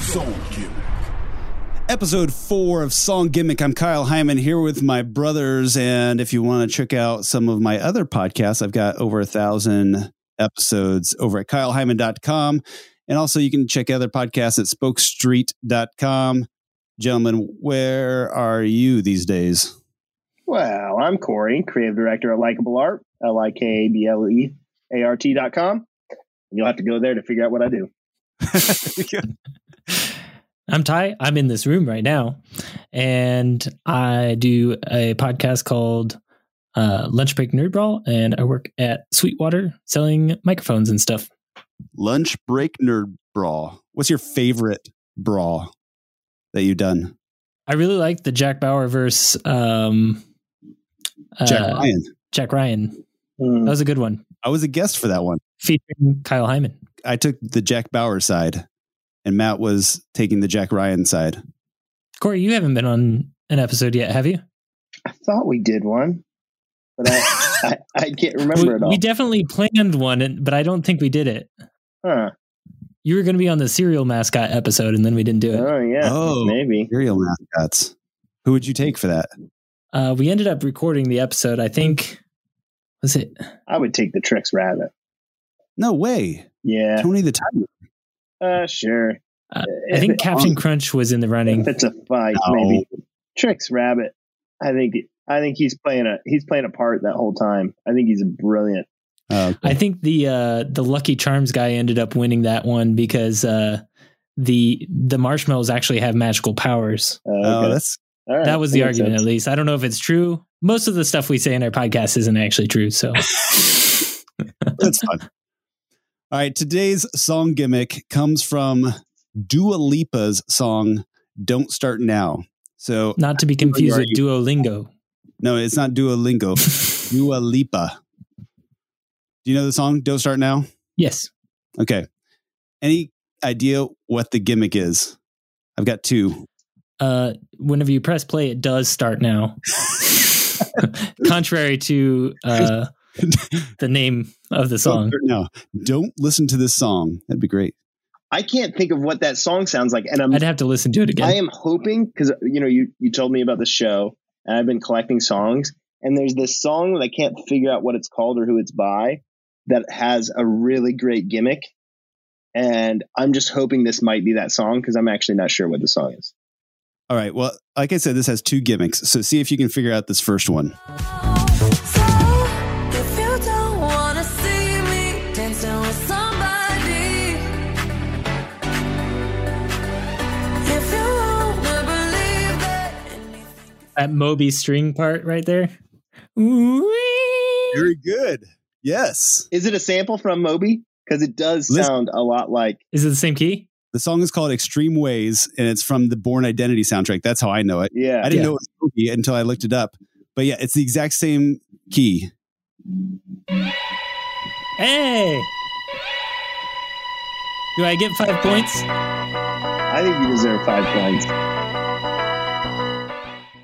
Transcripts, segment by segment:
Song Gimmick. Episode four of Song Gimmick. I'm Kyle Hyman here with my brothers. And if you want to check out some of my other podcasts, I've got over a thousand episodes over at kylehyman.com. And also, you can check other podcasts at spokestreet.com. Gentlemen, where are you these days? Well, I'm Corey, creative director at Likeable Art, L I K A B L E A R T dot com. You'll have to go there to figure out what I do. I'm Ty. I'm in this room right now, and I do a podcast called uh, Lunch Break Nerd Brawl, and I work at Sweetwater selling microphones and stuff. Lunch break nerd brawl. What's your favorite brawl that you've done? I really like the Jack Bauer verse. Um, Jack uh, Ryan. Jack Ryan. That Hmm. was a good one I was a guest for that one. featuring Kyle Hyman. I took the Jack Bauer side, and Matt was taking the Jack Ryan side. Corey, you haven't been on an episode yet, have you? I thought we did one, but I, I, I can't remember it we, all. we definitely planned one, and- but I don't think we did it. huh. You were going to be on the cereal mascot episode, and then we didn't do it. Oh, yeah. Oh. Maybe. Imperial mascots. Who would you take for that? Uh, we ended up recording the episode. I think was it I would take the Tricks Rabbit. No way. Yeah. Tony the Tiger. Uh, sure. Uh, I If think it- Captain Crunch was in the running. If it's a fight, No. maybe. Tricks Rabbit. I think I think he's playing a he's playing a part that whole time. I think he's brilliant. Oh, I think the uh, the Lucky Charms guy ended up winning that one because uh, the the marshmallows actually have magical powers. Uh, oh, okay. that's All right. That was the makes argument, sense. at least. I don't know if it's true. Most of the stuff we say in our podcast isn't actually true. So that's fun. All right, today's song gimmick comes from Dua Lipa's song "Don't Start Now." So not to be confused are with Duolingo. no, it's not Duolingo. Dua Lipa. Do you know the song "Don't Start Now"? Yes. Okay. Any idea what the gimmick is? I've got two. Uh, whenever you press play, it does start now. Contrary to uh, the name of the song. No, don't listen to this song. That'd be great. I can't think of what that song sounds like, and I'm I'd have to listen to it again. I am hoping because you know you you told me about the show, and I've been collecting songs, and there's this song that I can't figure out what it's called or who it's by that has a really great gimmick, and I'm just hoping this might be that song because I'm actually not sure what the song is. All right. Well, like I said, this has two gimmicks. So see if you can figure out this first one. So if you don't wanna see me dancing with somebody, if you wanna believe that anything. that Moby string part right there. Whee! Very good. Yes. Is it a sample from Moby? Because it does Listen- sound a lot like Is it the same key? The song is called Extreme Ways and it's from the Born Identity soundtrack. That's how I know it. yeah. I didn't Yeah. know it was Moby until I looked it up. But yeah, it's the exact same key. Hey! Do I get five points? I think you deserve five points.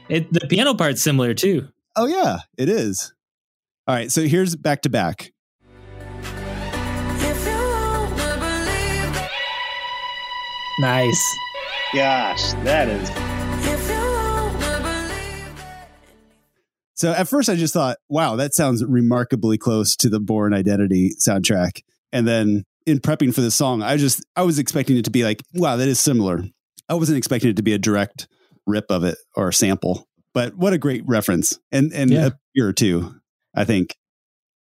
It, the piano part's similar too. Oh, yeah, it is. All right. So here's back to back. If you wanna believe that, Nice. Gosh, that is if you wanna believe that. So at first I just thought, wow, that sounds remarkably close to the Born Identity soundtrack. And then in prepping for the song, I just I was expecting it to be like, wow, that is similar. I wasn't expecting it to be a direct rip of it or a sample. But what a great reference. And and Yeah. a peer too, I think.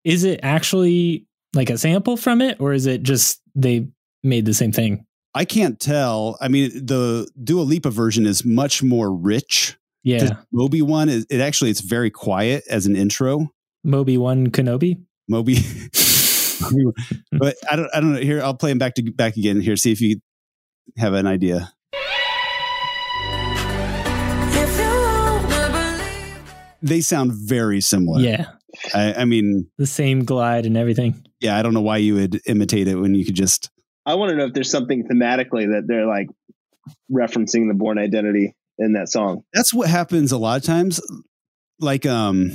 Is it actually like a sample from it, or is it just they made the same thing? I can't tell. I mean, the Dua Lipa version is much more rich. Yeah. The Moby one is it actually it's very quiet as an intro. Moby one Kenobi. Moby. but I don't. I don't know. Here, I'll play him back to back again. Here, see if you have an idea. If you wanna believe They sound very similar. Yeah. I, I mean, The same glide and everything. yeah. I don't know why you would imitate it when you could just. I want to know if there's something thematically that they're like referencing the born identity in that song. That's what happens a lot of times. Like, um,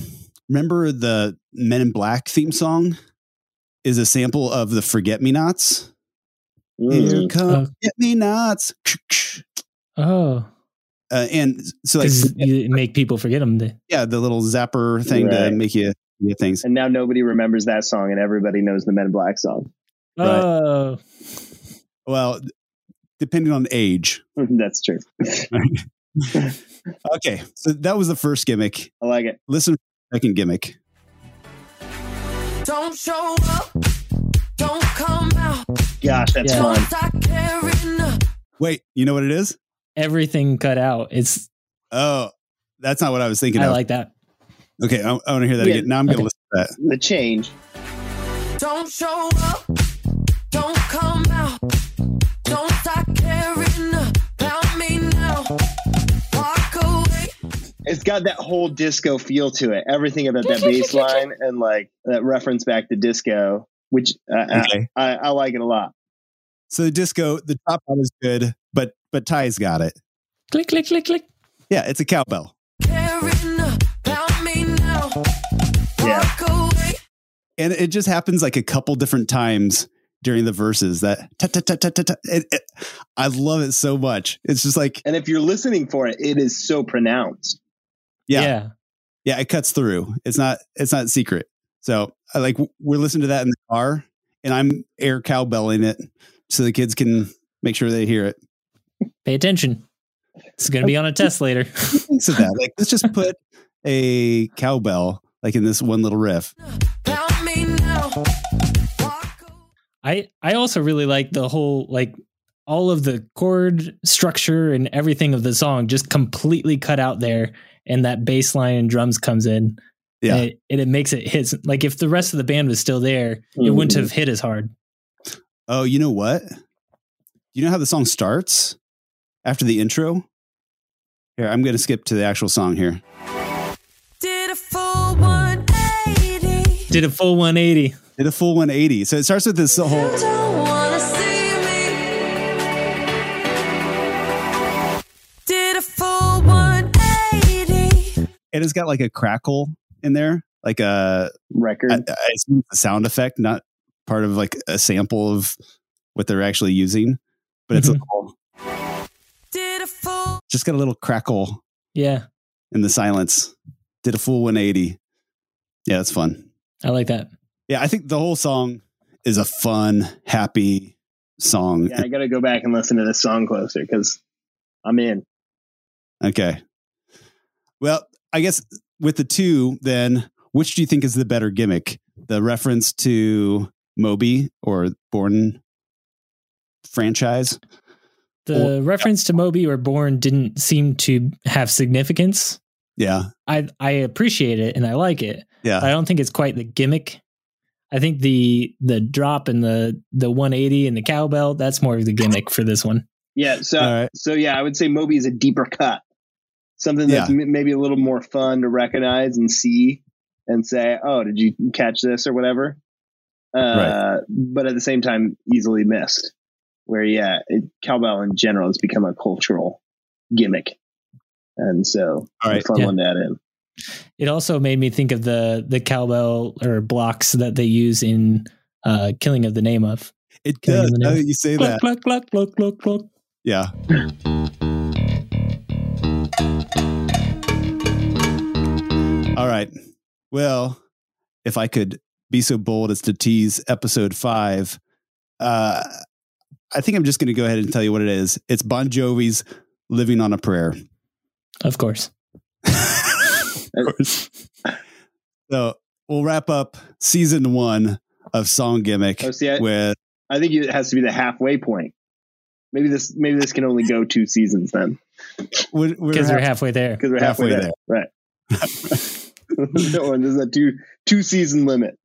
remember the Men in Black theme song is a sample of the Forget Me Nots. Here Mm. come Oh. get me knots. Oh, Uh, and so like 'Cause you make people forget them. They- yeah, the little zapper thing to Right. make you get things. And now nobody remembers that song, and everybody knows the Men in Black song. Right. Oh, Well, depending on age. That's true. Okay, so that was the first gimmick. I like it. Listen, for the second gimmick. Don't show up. Don't come out. Gosh, that's Yeah. fun. Don't start caring. Wait, you know what it is? everything cut out. It's Oh, that's not what I was thinking I of. like that. okay, I, want to hear that Yeah, again. Now I'm okay. going to listen to The change. Don't show up. Don't come out. Don't start caring about me now. Walk away. It's got that whole disco feel to it. Everything about that bass line and like that reference back to disco, which uh, that. Okay. I, I, I like it a lot. So the disco, the top hat is good, but but Ty's got it. Click, click, click, click. Yeah, it's a cowbell. Caring about me now. Walk away. and it just happens like a couple different times during the verses that ta- ta- ta- ta- ta- ta- it- it- i love it so much it's just like And if you're listening for it, it is so pronounced. Yeah. yeah it cuts through it's not it's not secret so i like we're listening to that in the car and i'm air cowbelling it so the kids can make sure they hear it Pay attention. It's going to be on a test later. thinks of that like let's just put a cowbell like in this one little riff About me now. Walk away. I I also really like the whole like all of the chord structure and everything of the song just completely cut out there, and that bass line and drums comes in. Yeah. and it, and it makes it hits. Like if the rest of the band was still there, it wouldn't have hit as hard. oh you know what you know how the song starts after the intro here i'm gonna skip to the actual song here Did a full 180. Did a full 180. Did a full 180. So it starts with this You whole don't wanna see me. Did a full 180. it has got like a crackle in there, like uh, a, Record. I- I assume it's a sound effect, not part of like a sample of what they're actually using, but it's a Mhm. little, Did a full. just got a little crackle Yeah, in the silence. Did a full 180. Yeah, that's fun. I like that. Yeah, I think the whole song is a fun, happy song. yeah, I got to go back and listen to this song closer because I'm in. Okay. Well, I guess with the two, then which do you think is the better gimmick? The reference to Moby or Born franchise? The reference to Moby or Born didn't seem to have significance. Yeah. I I appreciate it and I like it. Yeah. I don't think it's quite the gimmick. I think the the drop and the the 180 and the cowbell that's more of the gimmick for this one. Yeah. So, All right. so yeah, I would say Moby is a deeper cut, something that's m- maybe a little more fun to recognize and see and say, oh, did you catch this or whatever? Uh, Right. But at the same time, easily missed. Where, yeah, it, cowbell in general has become a cultural gimmick. And so, All right. a fun yeah. one to add in. It also made me think of the the cowbell or blocks that they use in uh Killing of the Name of. It Can I does. give the Now name? that you say Cluck that. cluck cluck cluck cluck cluck. Yeah. All right. Well, if I could be so bold as to tease episode five, uh, I think I'm just going to go ahead and tell you what it is. It's Bon Jovi's Living on a Prayer. Of course. of course. So we'll wrap up season one of Song Gimmick Oh, see, I, with. I think it has to be the halfway point. Maybe this maybe this can only go two seasons then We're, we're Cuz we're half- halfway there. because we're halfway, Halfway there. right? Or There's a two two season limit.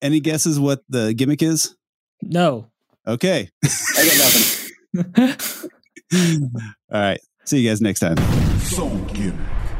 Any guesses what the gimmick is? No. Okay. I got nothing. All right. See you guys next time. Song Gimmick.